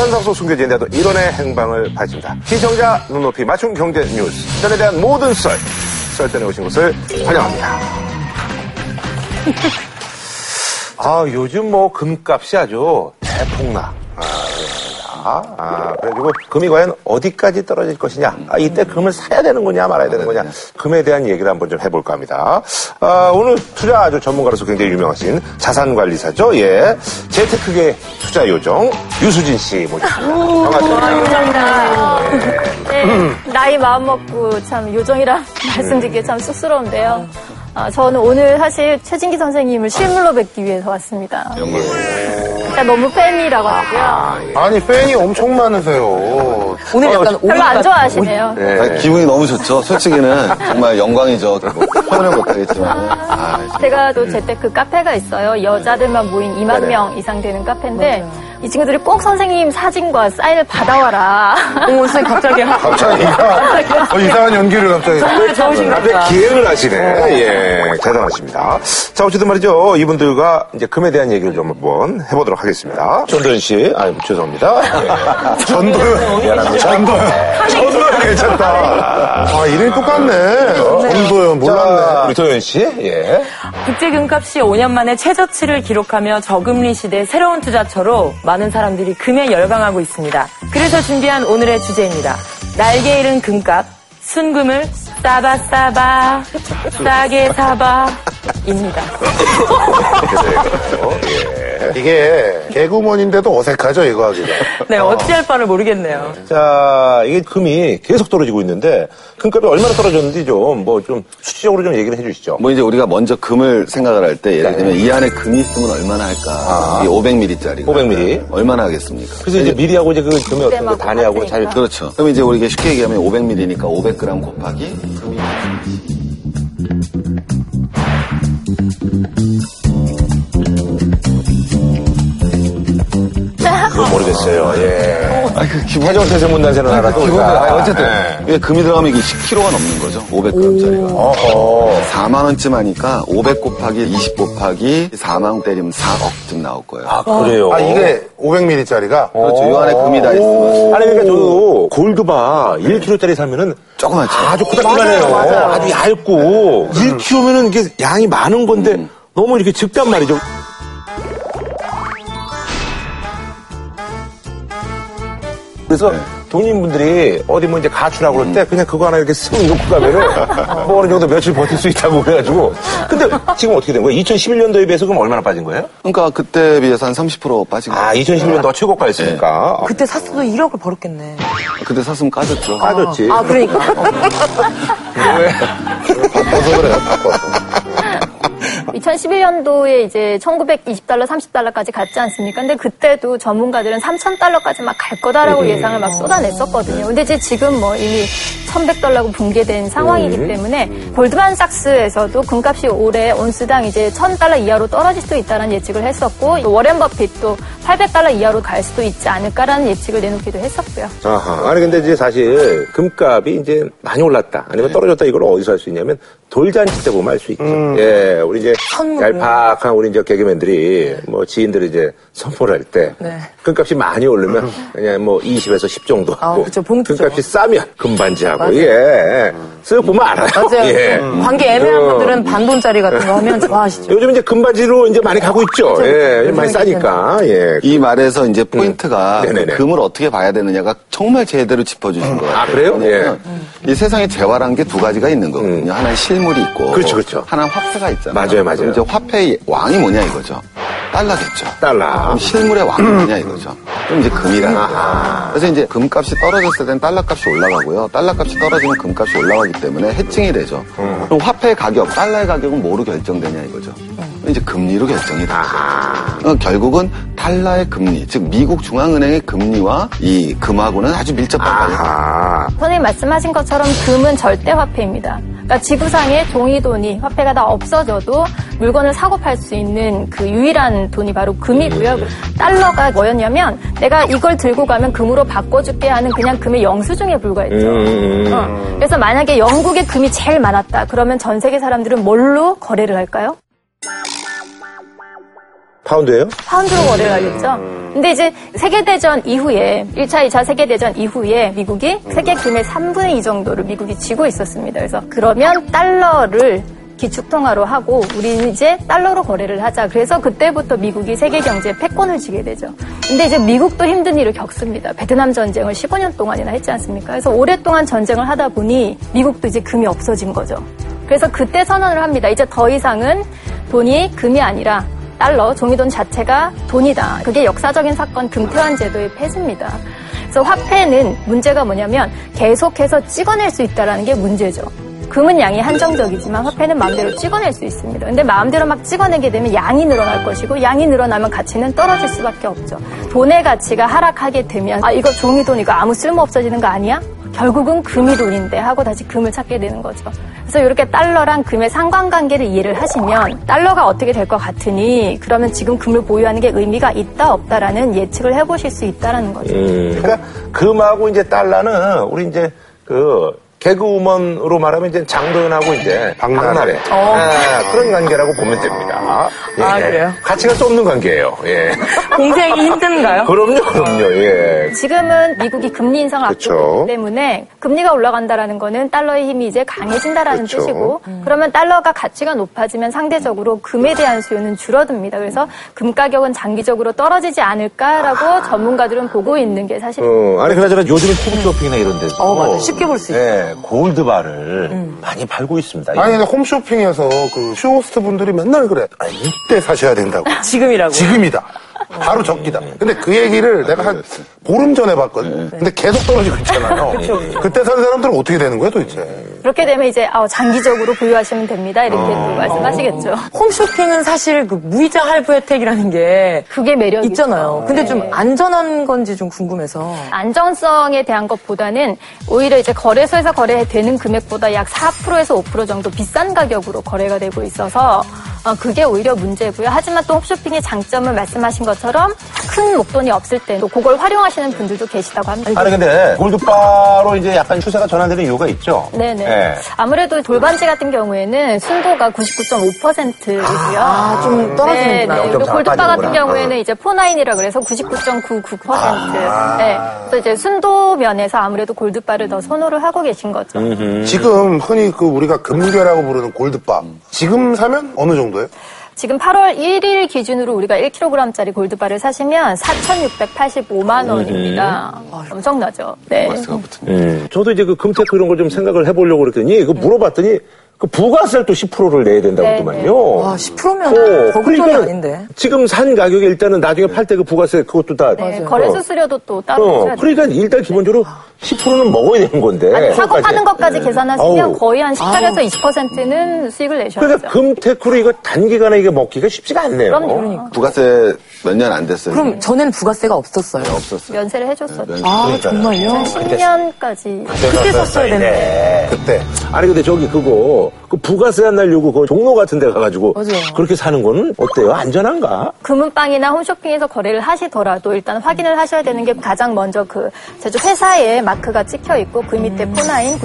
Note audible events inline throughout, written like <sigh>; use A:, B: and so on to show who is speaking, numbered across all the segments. A: 현상 속 숨겨진 데도 이론의 행방을 밝힌다. 시청자 눈높이 맞춤 경제 뉴스. 시장에 대한 모든 썰, 썰전에 오신 것을 환영합니다. <laughs> 아, 요즘 뭐 금값이 아주 대폭락. 아, 아, 그래가지고 금이 과연 어디까지 떨어질 것이냐. 아, 이때 금을 사야 되는 거냐, 말아야 되는 거냐. 금에 대한 얘기를 한번 좀 해볼까 합니다. 아, 오늘 투자 아주 전문가로서 굉장히 유명하신 자산관리사죠. 예. 재테크계 투자 요정 유수진 씨 모셨습니다. 반갑습니다.
B: 네, 나이 마음 먹고 참 요정이라 <laughs> 말씀드리기 참 쑥스러운데요. 아, 저는 오늘 사실 최진기 선생님을 실물로 뵙기 위해서 왔습니다.
C: 예.
B: 제가 너무 팬이라고 하고요.
A: 예.
D: 아니 팬이 엄청 많으세요.
C: 오늘
A: 아,
C: 약간 오늘
B: 별로 안
C: 같-
B: 좋아하시네요.
A: 네.
E: 아, 기분이 너무 좋죠. 솔직히는 정말 영광이죠. 뭐 표현을 못하겠지만.
C: 네.
E: 아,
B: 제가 또 재테크 카페가 있어요. 여자들만 모인 2만
A: 네네.
B: 명 이상 되는 카페인데 이 친구들이 꼭 선생님 사진과 사인을 받아와라.
C: 어머 선생님 갑자기
A: 아,
D: 갑자기 어, 이상한 연기를 갑자기.
C: 노래
A: 네. 아,
C: 좋으신가 보다.
A: 기획을 하시네. 예, 대단하십니다. 자, 어쨌든 말이죠. 이분들과 이제 금에 대한 얘기를 좀 한번 해보도록 하겠습니다. 전도연 씨, 아 죄송합니다.
D: <laughs>
A: 예.
D: 전도연 미안합니다. 전도연. 전도연 괜찮다. 아 이름이 똑같네. 전도연
A: 자,
D: 몰랐네.
A: 우리 도연 씨, 예.
C: 국제금값이 5년 만에 최저치를 기록하며 저금리 시대 새로운 투자처로 많은 사람들이 금에 열광하고 있습니다. 그래서 준비한 오늘의 주제입니다. 날개 잃은 금값, 순금을 싸바 싸바, 싸게 사바입니다.
D: 네. 이게 개구먼인데도 어색하죠 이거 하기가.
C: 네,
A: 아.
C: 어찌할 바를 모르겠네요.
A: <laughs> 자, 이게 금이 계속 떨어지고 있는데 금값이 얼마나 떨어졌는지 좀 뭐 좀 수치적으로 좀 얘기를 해주시죠.
E: 뭐 이제 우리가 먼저 금을 생각을 할 때 예를 들면 이 안에 금이 있으면 얼마나 할까?
A: 아.
E: 이 500ml짜리.
A: 500ml.
E: 얼마나 하겠습니까?
A: 그래서 이제 미리하고 이제 그
D: 네,
A: 금이 어떤 그 단위하고 잘
E: 그렇죠. 그럼 이제 우리가 쉽게 얘기하면 500ml니까 500g 곱하기 금이
A: 그건 모르겠어요. 예. 아, 그 기본 화정 태세 문단세는 알아도 우리가.
E: 아, 어쨌든
A: 예.
E: 이게 금이 들어가면 이게 10kg가 넘는 거죠. 500g짜리가.
A: 어허.
E: 4만 원쯤 하니까 500 곱하기 20 곱하기 4만 때리면 4억쯤 나올 거예요.
A: 아, 그래요.
D: 아 이게 500ml짜리가.
E: 그렇죠. 요 안에 금이 다 있으면
A: 아니 그러니까 저도 골드바 1kg짜리 사면은
E: 조그맣죠.
A: 아주 꼬닥꼬닥해요. 아주 얇고 음. 1kg면은 이게 양이 많은 건데 너무 이렇게 적단 말이죠. 그래서 돈인분들이 어디 뭐 이제 가출하고 그럴 때 그냥 그거 하나 이렇게 쓱 놓고 가면은 뭐 어느 정도 며칠 버틸 수 있다고 그래가지고 근데 지금 어떻게 된 거예요? 2011년도에 비해서 그럼 얼마나 빠진 거예요?
E: 그러니까 그때 비해서 한 30% 빠진 거예요.
A: 아 2011년도가 최고가였으니까 아,
C: 그때 샀어도 1억을 벌었겠네.
E: 그때 샀으면 까졌죠.
A: 빠졌지.
C: 네. 아,
A: <laughs>
C: 그러니까. 네.
D: 바꿔서 그래요. 바꿔서.
B: 2011년도에 이제 1920달러, 30달러까지 갔지 않습니까? 근데 그때도 전문가들은 3,000달러까지 막 갈 거다라고 예상을 막 쏟아냈었거든요. 근데 이제 지금 뭐 이미 1,100달러고 붕괴된 상황이기 때문에 골드만삭스에서도 금값이 올해 온스당 이제 1,000달러 이하로 떨어질 수도 있다는 예측을 했었고 또 워렌 버핏도 800달러 이하로 갈 수도 있지 않을까라는 예측을 내놓기도 했었고요.
A: 아하. 아니 근데 이제 사실 금값이 이제 많이 올랐다 아니면
C: 네.
A: 떨어졌다 이걸 어디서 알 수 있냐면 돌잔치 때 보면 알 수 있죠. 예, 우리 이제
C: 음. 선물을.
A: 얄팍한 우리 이제 개그맨들이 뭐 지인들이 이제 선물할 때
C: 네.
A: 금값이 많이 오르면 그냥 뭐 20에서 10 정도
C: 아,
A: 하고
C: 그쵸, 봉투죠.
A: 금값이 싸면 금반지하고
C: 맞아요.
A: 예, 쓱 보면 알아요.
C: 맞아요.
A: 예.
C: 관계 애매한
A: 음.
C: 분들은 반돈짜리 같은 거 하면 좋아하시죠.
A: 요즘 이제 금반지로 이제 많이 가고 있죠. 예,
C: 요즘에
A: 많이 싸니까 예.
E: 이 말에서 이제 포인트가 그
A: 음. 네네네.
E: 금을 어떻게 봐야 되느냐가 정말 제대로 짚어주신 것 같아요.
A: 아, 그래요?
E: 왜냐면 이 세상에 재화란 게 두 가지가 있는 거거든요. 하나는 실물이 있고,
A: 음. 그렇죠, 그렇죠.
E: 하나는 화폐가 있잖아요.
A: 맞아요, 맞아요.
E: 그럼 이제 화폐의 왕이 뭐냐 이거죠. 달러겠죠.
A: 달러. 음.
E: 그럼 실물의 왕이 뭐냐 이거죠. 그럼 이제 금이라는 거예요. 그래서 이제 금값이 떨어졌을 땐 달러값이 올라가고요. 달러값이 떨어지면 금값이 올라가기 때문에 해칭이 되죠.
A: 음.
E: 그럼 화폐의 가격, 달러의 가격은 뭐로 결정되냐 이거죠. 이제 금리로 결정이 되죠. 어, 결국은 달러의 금리, 즉 미국 중앙은행의 금리와 이 금하고는 아주 밀접한 관계.
A: 아하.
B: 선생님 말씀하신 것처럼 금은 절대 화폐입니다. 그러니까 지구상에 종이 돈이 화폐가 다 없어져도 물건을 사고 팔 수 있는 그 유일한 돈이 바로 금이고요. 달러가 뭐였냐면 내가 이걸 들고 가면 금으로 바꿔줄게 하는 그냥 금의 영수증에 불과했죠.
A: 음.
B: 어. 그래서 만약에 영국에 금이 제일 많았다. 그러면 전 세계 사람들은 뭘로 거래를 할까요?
A: 파운드예요?
B: 파운드로 거래를 하겠죠. 근데 이제 세계대전 이후에 1차, 2차 세계대전 이후에 미국이 세계 금의 3분의 2 정도를 미국이 쥐고 있었습니다. 그래서 그러면 달러를 기축통화로 하고 우리는 이제 달러로 거래를 하자. 그래서 그때부터 미국이 세계 경제에 패권을 쥐게 되죠. 근데 이제 미국도 힘든 일을 겪습니다. 베트남 전쟁을 15년 동안이나 했지 않습니까? 그래서 오랫동안 전쟁을 하다 보니 미국도 이제 금이 없어진 거죠. 그래서 그때 선언을 합니다. 이제 더 이상은 돈이 금이 아니라 달러, 종이돈 자체가 돈이다. 그게 역사적인 사건 금태환 제도의 폐지입니다. 그래서 화폐는 문제가 뭐냐면 계속해서 찍어낼 수 있다는 게 문제죠. 금은 양이 한정적이지만 화폐는 마음대로 찍어낼 수 있습니다. 근데 마음대로 막 찍어내게 되면 양이 늘어날 것이고 양이 늘어나면 가치는 떨어질 수밖에 없죠. 돈의 가치가 하락하게 되면 아 이거 종이돈 이거 아무 쓸모 없어지는 거 아니야? 결국은 금이 돈인데 하고 다시 금을 찾게 되는 거죠. 그래서 이렇게 달러랑 금의 상관관계를 이해를 하시면 달러가 어떻게 될 것 같으니 그러면 지금 금을 보유하는 게 의미가 있다 없다라는 예측을 해보실 수 있다라는 거죠.
A: 그러니까 금하고 이제 달러는 우리 이제 그 개그우먼으로 말하면 이제 장도연하고 이제
D: 박나래.
A: 박나래 예, 그런 관계라고 보면 됩니다. 예.
C: 아, 그래요?
A: 가치가 또 없는 관계예요. <laughs> 예.
C: 공생이 힘든가요?
A: 그럼요, 그럼요. 예.
B: 지금은 미국이 금리 인상을
A: 그쵸.
B: 앞두고 있기 때문에 금리가 올라간다라는 거는 달러의 힘이 이제 강해진다라는
A: 그쵸.
B: 뜻이고 그러면 달러가 가치가 높아지면 상대적으로 금에 대한 수요는 줄어듭니다. 그래서 금 가격은 장기적으로 떨어지지 않을까라고
A: 아.
B: 전문가들은 보고 있는 게 사실.
A: 어, 아니 그나저나 요즘은 홈쇼핑이나 이런 데서
C: 어, 맞아. 쉽게 볼 수 음. 있어.
A: 예, 골드바를 많이 팔고 있습니다.
D: 아니 근데 홈쇼핑에서 그 쇼호스트 분들이 맨날 그래 아, 이때 사셔야 된다고
C: 지금이라고.
D: 지금이다 바로 적기다 근데 그 얘기를 내가 한 보름 전에 봤거든 근데 계속 떨어지고 있잖아요 그때 산 사람들은 어떻게 되는 거야 도대체
B: 그렇게 되면 이제 아, 장기적으로 보유하시면 됩니다. 이렇게 또 말씀하시겠죠.
C: 홈쇼핑은 사실 그 무이자 할부 혜택이라는 게
B: 그게 매력이
C: 있잖아요. 근데
B: 네.
C: 좀 안전한 건지 좀 궁금해서.
B: 안정성에 대한 것보다는 오히려 이제 거래소에서 거래되는 금액보다 약 4%에서 5% 정도 비싼 가격으로 거래가 되고 있어서 어, 그게 오히려 문제고요. 하지만 또 홈쇼핑의 장점은 말씀하신 것처럼 큰 목돈이 없을 때 또 그걸 활용하시는 분들도 계시다고 합니다.
C: 그러니까
A: 아니 근데 골드바로 이제 약간 추세가 전환되는 이유가 있죠.
B: 네네.
A: 예.
B: 아무래도 돌반지 같은 경우에는 순도가 99.5%이고요.
C: 아, 좀 떨어지는구나.
B: 네,
C: 아,
B: 네. 그리고
A: 0.4
B: 골드바 같은
A: 빠지는구나. 어.
B: 경우에는 이제 포나인이라 그래서 99.99%.
A: 아.
B: 네. 그래서 이제 순도 면에서 아무래도 골드바를 더 선호를 하고 계신 거죠.
A: 음.
D: 지금 흔히 그 우리가 금괴라고 부르는 골드바 지금 사면 어느 정도예요?
B: 지금 8월 1일 기준으로 우리가 1kg짜리 골드바를 사시면 4,685만 원입니다. 엄청나죠. 네.
E: 마스가 붙은
A: 음. 저도 이제 그 금테크 이런 걸 좀 생각을 해보려고 그랬더니 그 물어봤더니 그 부가세를 또 10%를 내야 된다고
B: 네,
A: 하더만요.
C: 와, 10%면
A: 어,
C: 거금돈이 그 아닌데.
A: 지금 산 가격에 일단은 나중에 팔 때 그 부가세 그것도 다
B: 네, 거래소 수수료도 또 따로
A: 어,
B: 내셔야 돼요.
A: 그러니까 일단 기본적으로 10%는 먹어야 되는 건데.
B: 네.
A: 그러니까
B: 아니, 사고
A: 네. 그것까지.
B: 파는 것까지 계산하시면
A: 아우.
B: 거의 한 18에서 20%는 수익을 내셔야
A: 그러니까
B: 죠
A: 금테크로 이거 단기간에 이게 먹기가 쉽지가 않네요.
B: 그럼요.
A: 어.
E: 부가세 몇 년 안 됐어요.
C: 그럼 전엔 부가세가 없었어요.
E: 없었어요.
B: 면세를 해줬었죠.
A: 네,
C: 아, 정말요?
B: 10년까지.
C: 그때 썼어야 되는데.
A: 그때. 아니 근데 저기 그거 그 부가세 안 날려고 그 종로 같은 데 가가지고
C: 맞아요.
A: 그렇게 사는 거는 어때요? 안전한가?
B: 금은방이나 홈쇼핑에서 거래를 하시더라도 일단 확인을 하셔야 되는 게 가장 먼저 그 제조 회사에 마크가 찍혀 있고 그 밑에 포나인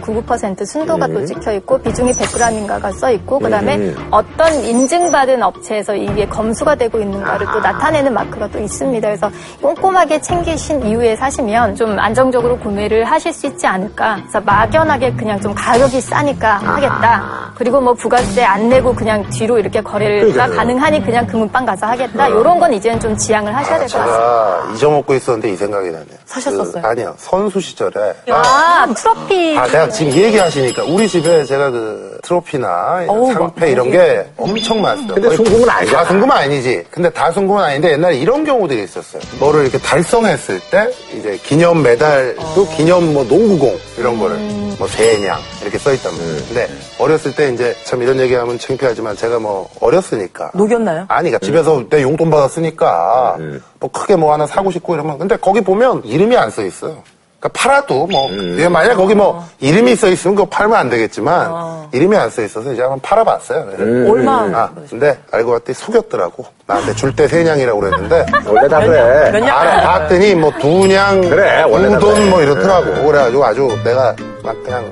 B: 99.99% 순도가 또 찍혀 있고 비중이 100g인가가 써 있고 그다음에 어떤 인증받은 업체에서 이게 검수가 되고 있는가를 또 나타내는 마크가 또 있습니다. 그래서 꼼꼼하게 챙기신 이후에 사시면 좀 안정적으로 구매를 하실 수 있지 않을까. 그래서 막연하게 그냥 좀 가격이 싸니까 하겠다. 그리고 뭐 부가세 안 내고 그냥 뒤로 이렇게 거래가
A: 그러니까요.
B: 가능하니 그냥 금은방 가서 하겠다. 이런 건 이제는 좀 지양을 하셔야 될 것 같습니다.
D: 제가 아, 잊어먹고 있었는데 이 생각이 나네요
C: 사셨었어요?
D: 그, 아니요 선수 시절에
B: 아, 트로피.
D: 아, 내가 지금 이 얘기하시니까 우리 집에 제가 그 트로피나 이런
C: 어우,
D: 상패 이런 게 엄청 많았어요.
A: 근데 순금은 아니잖아.
D: 다 순금은 아니지. 근데 다 순금은 아닌데 옛날에 이런 경우들이 있었어요. 뭐를 이렇게 달성했을 때 이제 기념 메달도
C: 어.
D: 기념 뭐 농구공 이런 거를 뭐 세냥 이렇게 써있단 말이에요.
A: 음.
D: 근데 어렸을 때 이제 참 이런 얘기하면 창피하지만 제가 뭐 어렸으니까
C: 녹였나요?
D: 아니, 그러니까 집에서
A: 음.
D: 내 용돈 받았으니까 뭐 크게 뭐 하나 사고 싶고 이러면 근데 거기 보면 이름이 안 써 있어요. 그러니까 팔아도 뭐
A: 음.
D: 이게 만약에 거기 뭐
C: 어.
D: 이름이 써 있으면 그거 팔면 안 되겠지만 이름이 안 써 있어서 이제 한번 팔아봤어요. 그래서
A: 음,
C: 얼마?
D: 아, 근데 알고 봤더니 속였더라고. 나한테 줄 때 세냥이라고 그랬는데
A: 원래 다
C: 몇
A: 그래.
C: 년?
D: 알아봤더니 뭐 두냥,
A: 그래, 음. 원래 다
D: 두돈 뭐
A: 그래.
D: 이렇더라고. 그래가지고 아주 내가 막 그냥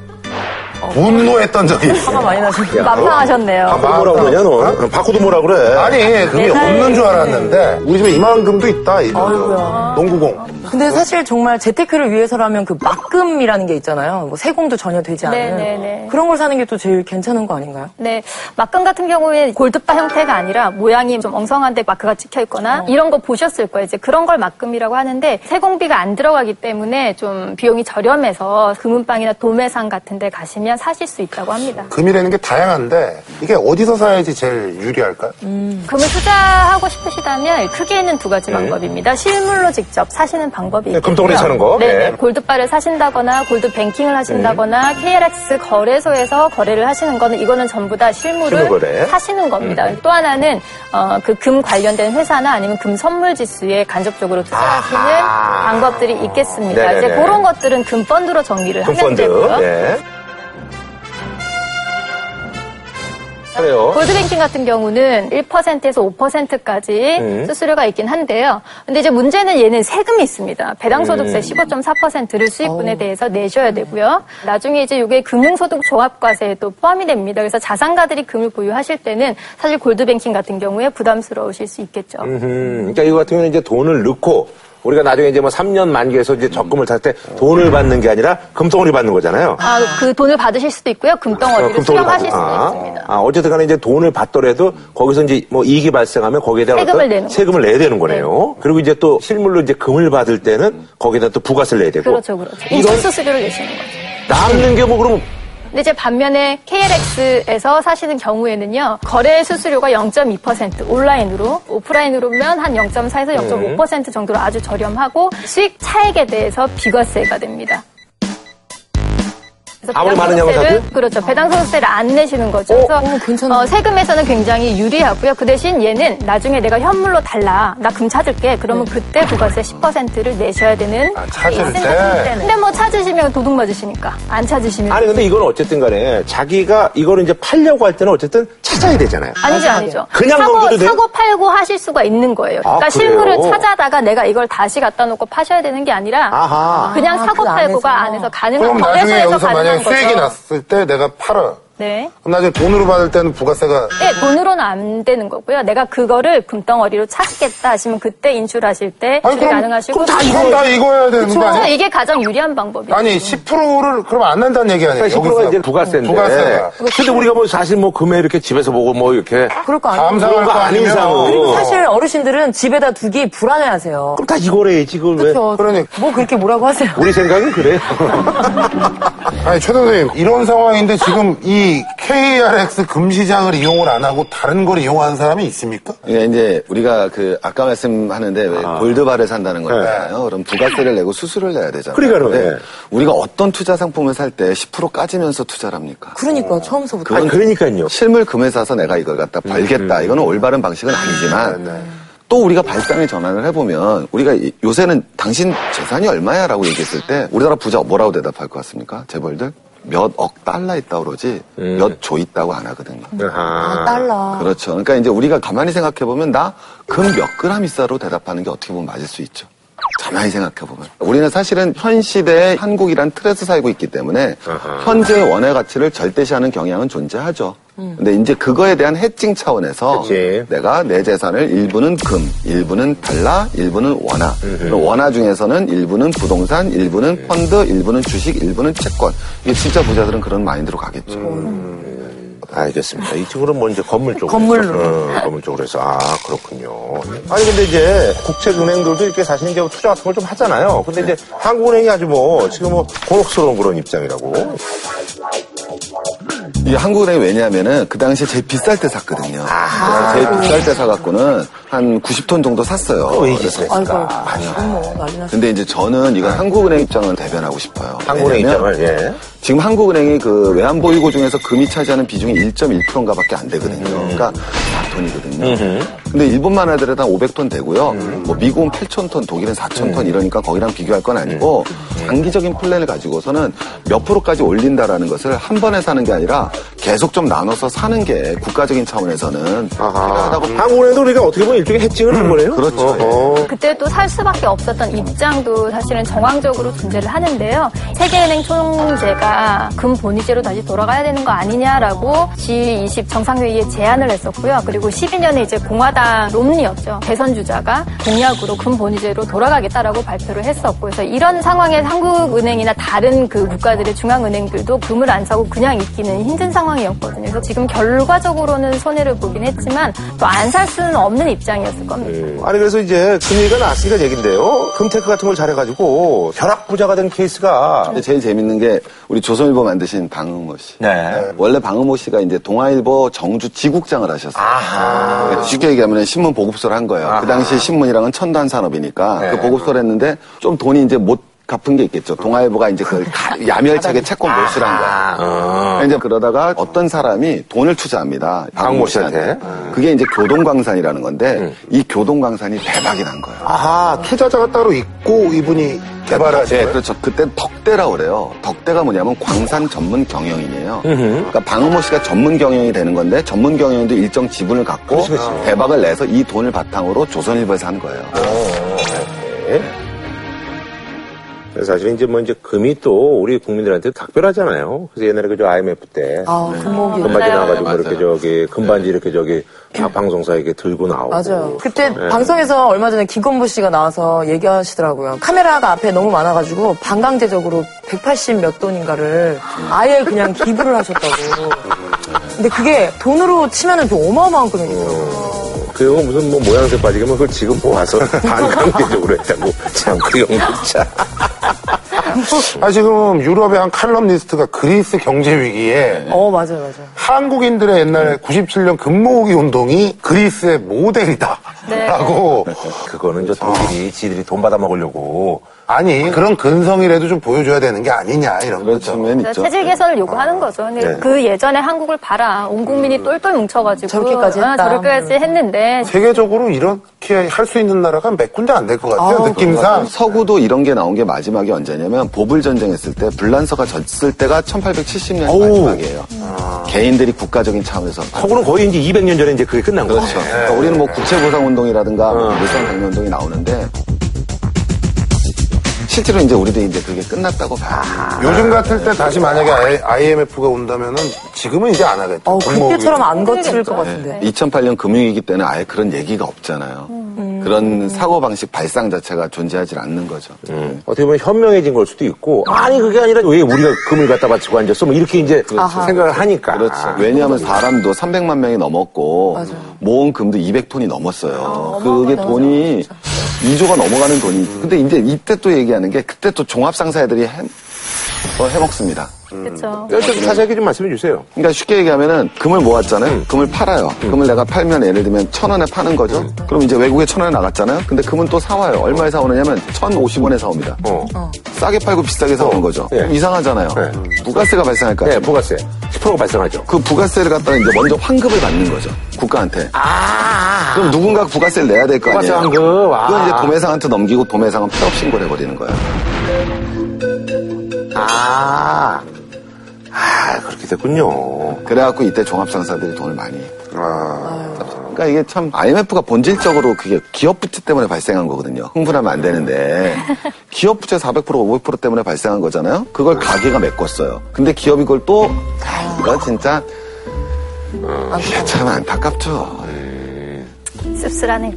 D: 분노했던 적이 있어요. 어?
C: 화가 많이 나셨어요.
B: 마땅하셨네요.
A: 바코도 뭐라 아, 그러냐, 너? 바코도 뭐라 그래?
D: 아니, 그게 없는 줄 알았는데, 우리 집에 이만큼도 있다, 이
C: 아이고야.
D: 정도. 농구공.
C: 근데 사실 정말 재테크를 위해서라면 그 막금이라는 게 있잖아요. 뭐 세공도 전혀 되지 않은
B: 네, 네, 네.
C: 그런 걸 사는 게 또 제일 괜찮은 거 아닌가요?
B: 네, 막강 같은 경우에 골드바 형태가 아니라 모양이 좀 엉성한데 마크가 찍혀 있거나 이런 거 보셨을 거예요. 이제 그런 걸 막금이라고 하는데 세공비가 안 들어가기 때문에 좀 비용이 저렴해서 금은방이나 도매상 같은 데 가시면 사실 수 있다고 합니다.
D: 금이라는 게 다양한데, 이게 어디서 사야지 제일 유리할까요?
B: 금을 투자하고 싶으시다면 크게 있는 두 가지 방법입니다. 실물로 직접 사시는 방법이
A: 네,
B: 있고요.
A: 금통으로 사는 거.
B: 네,
A: 네.
B: 네. 골드바를 사신다거나 골드 뱅킹을 하신다거나 KLX 거래소에서 거래를 하시는 거는 이거는 전부 다 실물을
A: 실물 거래. 음.
B: 사시는 겁니다. 또 하나는 그 금 관련된 회사나 아니면 금 선물 지수에 간접적으로 투자하시는
A: 아하.
B: 방법들이 있겠습니다.
A: 네네네.
B: 이제 그런 것들은 금펀드로 정리를 하면
A: 금펀드.
B: 되고요.
A: 네. 그래요.
B: 골드뱅킹 같은 경우는 1%에서 5%까지 수수료가 있긴 한데요. 근데 이제 문제는 얘는 세금이 있습니다. 배당소득세 15.4%를 수익분에 대해서 내셔야 되고요. 나중에 이제 이게 금융소득종합과세에 또 포함이 됩니다. 그래서 자산가들이 금을 보유하실 때는 사실 골드뱅킹 같은 경우에 부담스러우실 수 있겠죠.
A: 음, 그러니까 이거 같은 경우는 이제 돈을 넣고 우리가 나중에 이제 뭐 3년 만기에서 이제 적금을 탈 때 돈을 받는 게 아니라 금덩어리 받는 거잖아요.
B: 아, 그 돈을 받으실 수도 있고요. 금덩어리를
A: 금통으로
B: 수령하실
A: 받고.
B: 수도
A: 아,
B: 있습니다.
A: 아, 어쨌든 간에 이제 돈을 받더라도 거기서 이제 뭐 이익이 발생하면 거기에 대한
B: 세금을
A: 어떤
B: 내는 거죠.
A: 세금을 내야 되는 거네요. 그리고 이제 또 실물로 이제 금을 받을 때는 거기에다 또 부가세를 내야 되고.
B: 그렇죠, 그렇죠.
A: 이건
B: 인적 수수료를 내시는 거죠.
A: 남는 게 뭐 그러면
B: 근데 이제 반면에 KLX에서 사시는 경우에는요, 거래 수수료가 0.2% 온라인으로, 오프라인으로면 한 0.4에서 0.5% 정도로 아주 저렴하고 수익 차액에 대해서 비과세가 됩니다. 그래서
A: 아무리 많은
B: 배당소득세를-
A: 양을 사도?
B: 그렇죠. 배당소득세를 안 내시는 거죠. 그래서
C: 어, 괜찮은데?
B: 어, 세금에서는 굉장히 유리하고요. 그 대신 얘는 나중에 내가 현물로 달라, 나 금 찾을게. 그러면 그때 부가세 10%를 내셔야 되는
D: 아, 찾을
B: 있습니다.
D: 때?
B: 근데 뭐 찾으시면 도둑 맞으시니까 안 찾으시면
A: 아니 근데 이건 어쨌든 간에 자기가 이거를 이제 팔려고 할 때는 어쨌든 찾아야
D: 네,
A: 되잖아요.
B: 아니죠, 아니죠.
A: 그냥 넘겨도
B: 사고,
A: 돼요?
B: 사고 팔고 하실 수가 있는 거예요.
A: 아,
B: 그러니까
A: 그래요?
B: 실물을 찾아다가 내가 이걸 다시 갖다 놓고 파셔야 되는 게 아니라
A: 아하.
B: 그냥
C: 아,
B: 사고
C: 그
B: 팔고가
C: 안에서.
B: 안에서 가능한
D: 그럼 나중에
B: 거래소에서
D: 여기서 만약에
B: 가능한 거죠.
D: 수익이 났을 때 내가 팔아.
B: 네.
D: 그럼 나중에 돈으로 받을 때는 부가세가
B: 네, 돈으로는 안 되는 거고요. 내가 그거를 금덩어리로 찾겠다 하시면 그때 인출하실 때
D: 아니,
B: 인출이 가능하시고.
D: 그럼 다 이거 해야 되는 거
B: 그래서
D: 아니야?
B: 이게 가장 유리한 방법이에요.
D: 아니 10%를 그럼 안 난다는 얘기 아니에요?
A: 10%가
D: 여기서.
A: 그러니까 이제 부가세인데.
D: 부가세가
A: 근데 우리가 뭐 사실 뭐 금에 이렇게 집에서 보고 뭐 이렇게
C: 그럴 거 아니에요?
D: 감상할
A: 그런 거
D: 거
A: 아닌
D: 아니면
A: 이상은.
C: 그리고 사실 어르신들은 집에다 두기 불안해하세요.
A: 그럼 다 이거래 지금 왜?
C: 그렇죠.
D: 그러니까.
C: 뭐 그렇게 뭐라고 하세요?
A: 우리 생각은
D: <laughs>
A: 그래요.
D: 아니 최 선생님 이런 상황인데 지금 이 KRX 금시장을 이용을 안 하고 다른 걸 이용하는 사람이 있습니까?
E: 그러니까 이제 우리가 그 아까 말씀하는데 왜 골드바를 산다는 거잖아요. 그럼 부가세를 내고 수수료를 내야 되잖아요.
A: 네. 그러니까요.
E: 근데
A: 네.
E: 우리가 어떤 투자 상품을 살 때 10% 까지면서 투자를 합니까?
C: 그러니까 처음서부터.
A: 아니, 그러니까요.
E: 실물 금에 사서 내가 이걸 갖다
A: 음,
E: 벌겠다. 이거는 올바른 방식은 아니지만
A: 네,
E: 또 우리가 발상의 전환을 해보면 우리가 이- 요새는 당신 재산이 얼마야? 라고 얘기했을 때 우리나라 부자 뭐라고 대답할 것 같습니까? 재벌들? 몇 억 달러 있다 그러지
A: 음.
E: 몇 조 있다고 안
A: 네.
E: 하거든요.
C: 아, 달라.
E: 그렇죠. 그러니까 이제 우리가 가만히 생각해 보면 나 금 몇 그램 있어로 대답하는 게 어떻게 보면 맞을 수 있죠. 가만히 생각해 보면 우리는 사실은 현 시대에 한국이란 틀에서 살고 있기 때문에 현재 원의 가치를 절대시하는 경향은 존재하죠. 근데 이제 그거에 대한 해칭 차원에서
A: 그치.
E: 내가 내 재산을 일부는 금, 일부는 달러, 일부는 원화. 그리고 원화 중에서는 일부는 부동산,
A: 음.
E: 일부는 펀드, 일부는 주식, 일부는 채권. 이게 진짜 부자들은 그런 마인드로 가겠죠.
A: 알겠습니다. 이 친구는 뭐 이제 건물 쪽으로.
C: 건물로.
A: 해서, 어, 건물 쪽으로 해서. 아, 그렇군요. 아니, 근데 이제 국채은행들도 이렇게 사실 이제 뭐 투자 같은 걸 좀 하잖아요. 근데 이제 한국은행이 아주 뭐 지금 뭐 곤혹스러운 그런 입장이라고.
E: 이 한국은행 왜냐하면은 그 당시에 제일 비쌀 때 샀거든요.
A: 아.
E: 제일 비쌀 때 사갖고는 한 90톤 정도 샀어요.
A: 또 얘기했어요. 예.
C: 아이고, 지금 뭐 난리 났어.
E: 근데 이제 저는 이건 한국은행 입장을 대변하고 싶어요.
A: 한국은행
E: 왜냐면
A: 입장을, 예.
E: 지금 한국은행이 그 외환 보유고 중에서 금이 차지하는 비중이 1.1%인가밖에 안 되거든요. 그러니까 4톤이거든요. 근데 일본만 하더라도 한 500톤 되고요. 뭐 미국은 8,000톤, 독일은 4,000톤 이러니까 거기랑 비교할 건 아니고 장기적인 플랜을 가지고서는 몇 프로까지 올린다라는 것을 한 번에 사는 게 아니라 계속 좀 나눠서 사는 게 국가적인 차원에서는
A: 아하.
E: 필요하다고
A: 한국은행도 우리가 어떻게 보면 일종의 해칭을 한 거네요?
E: 음. 그렇죠.
A: 어.
B: 그때 또 살 수밖에 없었던 입장도 사실은 정황적으로 존재를 하는데요. 세계은행 총재가 금 본위제로 다시 돌아가야 되는 거 아니냐라고 G20 정상회의에 제안을 했었고요. 그리고 12년에 이제 공화당 롬니였죠. 대선 주자가 공약으로 금 본위제로 돌아가겠다라고 발표를 했었고, 그래서 이런 상황에 한국은행이나 다른 그 국가들의 중앙은행들도 금을 안 사고 그냥 있기는 힘든 상황이었거든요. 그래서 지금 결과적으로는 손해를 보긴 했지만 또 안 살 수는 없는 입장이었을 겁니다.
A: 음. 아니 그래서 이제 금리가 낮으니까 얘긴데요. 금테크 같은 걸 잘해가지고 벼락 부자가 된 케이스가
E: 근데 제일 재밌는 게 우리 조선일보 만드신 방응모 씨.
A: 네.
E: 원래 방응모 씨가 이제 동아일보 정주 지국장을 하셨어요. 그러니까 쉽게 얘기하면 신문 보급소를 한 거예요. 그 당시 신문이랑은 천단 산업이니까
A: 네.
E: 그 보급소를 했는데 좀 돈이 이제 못 갚은 게 있겠죠. 동아일보가 이제 그걸
A: <laughs>
E: 가- 야멸차게 채권 몰수를 한 거야. 이제 그러다가 어떤 사람이 돈을 투자합니다.
A: 방모 씨한테. 음.
E: 그게 이제 교동광산이라는 건데 이 교동광산이 대박이 난 거예요.
D: 아, 투자자가 따로 있고 이분이 개발하신
E: 네,
D: 거예요?
E: 그렇죠. 그때 덕대라고 그래요. 덕대가 뭐냐면 광산 전문 경영인이에요. 그러니까 방음호 씨가 전문 경영이 되는 건데 전문 경영도 일정 지분을 갖고 대박을 내서 이 돈을 바탕으로 조선일보에서 한 거예요.
A: 그래서 사실 이제 뭐 이제 금이 또 우리 국민들한테 각별하잖아요. 그래서 옛날에 그저 IMF 때
C: 아, 금목이.
A: 금반지 나와가지고
E: 네. 맞아요. 네.
A: 이렇게 저기 금반지 이렇게 저기 막 방송사에게 들고 나오고
C: 맞아요. 그때 방송에서 얼마 전에 김건모 씨가 나와서 얘기하시더라고요. 카메라가 앞에 너무 많아가지고 반강제적으로 180 몇 돈인가를 아예 그냥 기부를 하셨다고. 근데 그게 돈으로 치면은 좀 어마어마한 금액이더라고요.
A: 그 형은 무슨 뭐 모양새 빠지게 뭐 그걸 지금 모아서 <laughs> 반강제적으로 했다고 참 그 형도 참.
D: 아, 지금 유럽의 한 칼럼니스트가 그리스 경제 위기에
C: 어, 맞아요, 맞아요.
D: 한국인들의 옛날 97년 금모으기 운동이 그리스의 모델이다.
B: 네.
D: 라고.
A: 그거는 저 독일이 지들이 돈 받아 먹으려고
D: 아니, 그런 근성이라도 좀 보여줘야 되는 게 아니냐, 이런
E: 그런
D: 거죠.
E: 측면이
B: 그러니까
E: 있죠.
C: 네.
B: 체질 개선을 요구하는 거죠. 근데 그 예전에 한국을 봐라. 온 국민이 똘똘 뭉쳐가지고.
C: 음. 저렇게까지
B: 아,
C: 했다.
B: 저렇게까지 했는데.
D: 세계적으로 이렇게 할 수 있는 나라가 몇 군데 안 될 것 같아요, 느낌상.
E: 서구도 이런 게 나온 게 마지막이 언제냐면 보불 전쟁했을 때 불란서가 졌을 때가 1870년
A: 어우.
E: 마지막이에요. 개인들이 국가적인 차원에서
A: 서구는 거의 이제 200년 전에 이제 그게 끝난 거죠.
E: 그렇죠. 그러니까 우리는 뭐 국채 보상 운동이라든가 뭐 물산 경매 운동이 나오는데 실제로 이제 우리도 이제 그게 끝났다고 봐.
D: 요즘 같을 때 다시 만약에 IMF가 온다면은 지금은 이제 안 하겠죠.
C: 어,
D: 금모으기.
C: 그때처럼 안 거칠
B: 힘들겠죠.
C: 것
E: 네.
C: 같은데.
E: 2008년 금융위기 때는 아예 그런 얘기가 없잖아요. 그런 사고 방식 발상 자체가 존재하지 않는 거죠.
A: 음. 어떻게 보면 현명해진 걸 수도 있고 아니 그게 아니라 왜 우리가 금을 갖다 바치고 앉았어 뭐 이렇게 이제 생각을 하니까
E: 그렇죠.
A: 아,
E: 그렇지. 왜냐하면 사람도 300만 명이 넘었고 모은 금도 200톤이 아, 넘었어요. 그게 돈이 2조가 넘어가는 돈이. 근데 이제 이때 또 얘기하는 게 그때 또 종합상사애들이 해, 또 해먹습니다.
C: 음.
B: 그렇죠.
A: 좀 자세하게 좀 말씀해 주세요.
E: 그러니까 쉽게 얘기하면은 금을 모았잖아요. 금을 팔아요.
A: 음.
E: 금을 내가 팔면 예를 들면 천 원에 파는 거죠. 그럼 이제 외국에 천 원에 나갔잖아요. 근데 금은 또 사와요. 얼마에 사오느냐면 천 오십 원에 사옵니다.
A: 어.
E: 싸게 팔고 비싸게 사오는 거죠.
A: 예.
E: 이상하잖아요.
A: 네.
E: 부가세가 발생할 거
A: 네,
E: 아니에요.
A: 부가세 10%가 발생하죠.
E: 그 부가세를 갖다가 이제 먼저 환급을 받는 거죠. 국가한테.
A: 아,
E: 그럼 누군가 부가세를 내야 될 거 아니에요.
A: 부가세 환급, 아.
E: 그건 이제 도매상한테 넘기고 도매상은 폐업 신고를 해버리는 거예요.
A: 아, 아 그렇게 됐군요.
E: 그래갖고 이때 종합상사들이 돈을 많이. 그러니까 이게 참 IMF가 본질적으로 그게 기업 부채 때문에 발생한 거거든요. 흥분하면 안 되는데 기업 부채 400% 500% 때문에 발생한 거잖아요. 그걸 가게가 메꿨어요. 근데 기업이 그걸 또 아, 이거 진짜 이게 참 안타깝죠.
B: 씁쓸하네.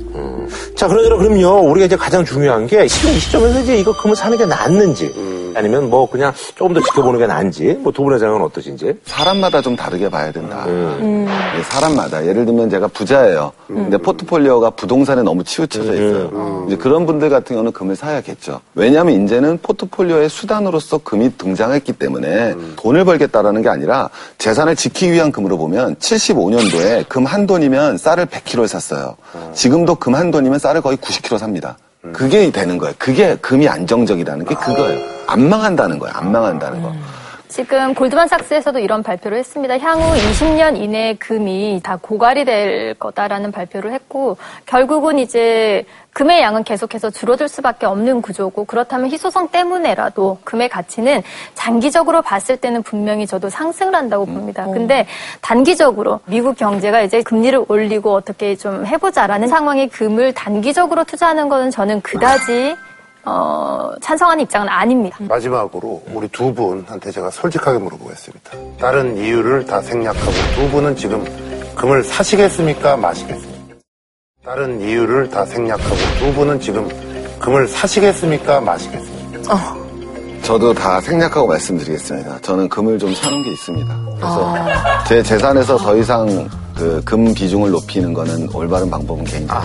A: 자, 그러더라 그럼요. 우리가 이제 가장 중요한 게 지금 이 시점에서 이제 이거 금을 사는 게 낫는지 아니면 뭐 그냥 조금 더 지켜보는 게 나은지 뭐 두 분의 생각은 어떠신지.
E: 사람마다 좀 다르게 봐야 된다. 예, 사람마다. 예를 들면 제가 부자예요. 근데 포트폴리오가 부동산에 너무 치우쳐져 있어요. 이제 그런 분들 같은 경우는 금을 사야겠죠. 왜냐하면 이제는 포트폴리오의 수단으로서 금이 등장했기 때문에 돈을 벌겠다라는 게 아니라 재산을 지키기 위한 금으로 보면 75년도에 금 한 돈이면 쌀을 100kg을 샀어요. 지금도 금 한 돈이면 쌀을 거의 90kg 삽니다. 그게 되는 거예요. 그게 금이 안정적이라는 게 그거예요. 안 망한다는 거예요. 안 망한다는 거.
B: 지금 골드만삭스에서도 이런 발표를 했습니다. 향후 20년 이내에 금이 다 고갈이 될 거다라는 발표를 했고 결국은 이제 금의 양은 계속해서 줄어들 수밖에 없는 구조고 그렇다면 희소성 때문에라도 금의 가치는 장기적으로 봤을 때는 분명히 저도 상승을 한다고 봅니다. 근데 단기적으로 미국 경제가 이제 금리를 올리고 어떻게 좀 해보자라는 상황에 금을 단기적으로 투자하는 거는 저는 그다지 어, 찬성하는 입장은 아닙니다.
D: 마지막으로 우리 두 분한테 제가 솔직하게 물어보겠습니다. 다른 이유를 다 생략하고 두 분은 지금 금을 사시겠습니까? 마시겠습니까? 다른 이유를 다 생략하고 두 분은 지금 금을 사시겠습니까? 마시겠습니까?
E: 저도 다 생략하고 말씀드리겠습니다. 저는 금을 좀 사놓은 게 있습니다. 그래서 제 재산에서 더 이상 그 금 비중을 높이는 거는 올바른 방법은 개인적으로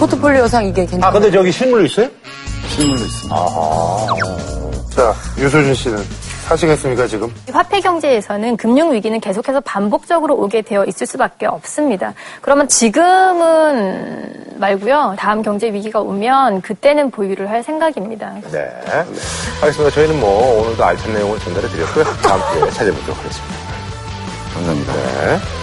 F: 포트폴리오상 이게
A: 아,
F: 괜찮아요.
A: 근데 저기 실물로 있어요?
E: 실물로 있습니다.
D: 자, 유소준 씨는 사시겠습니까? 지금?
B: 화폐 경제에서는 금융 위기는 계속해서 반복적으로 오게 되어 있을 수밖에 없습니다. 그러면 지금은 말고요. 다음 경제 위기가 오면 그때는 보유를 할 생각입니다.
A: 네. 알겠습니다. 저희는 뭐 오늘도 알찬 내용을 전달해 드렸고요. 다음 주에 찾아뵙도록 하겠습니다.
E: 감사합니다.
A: 네.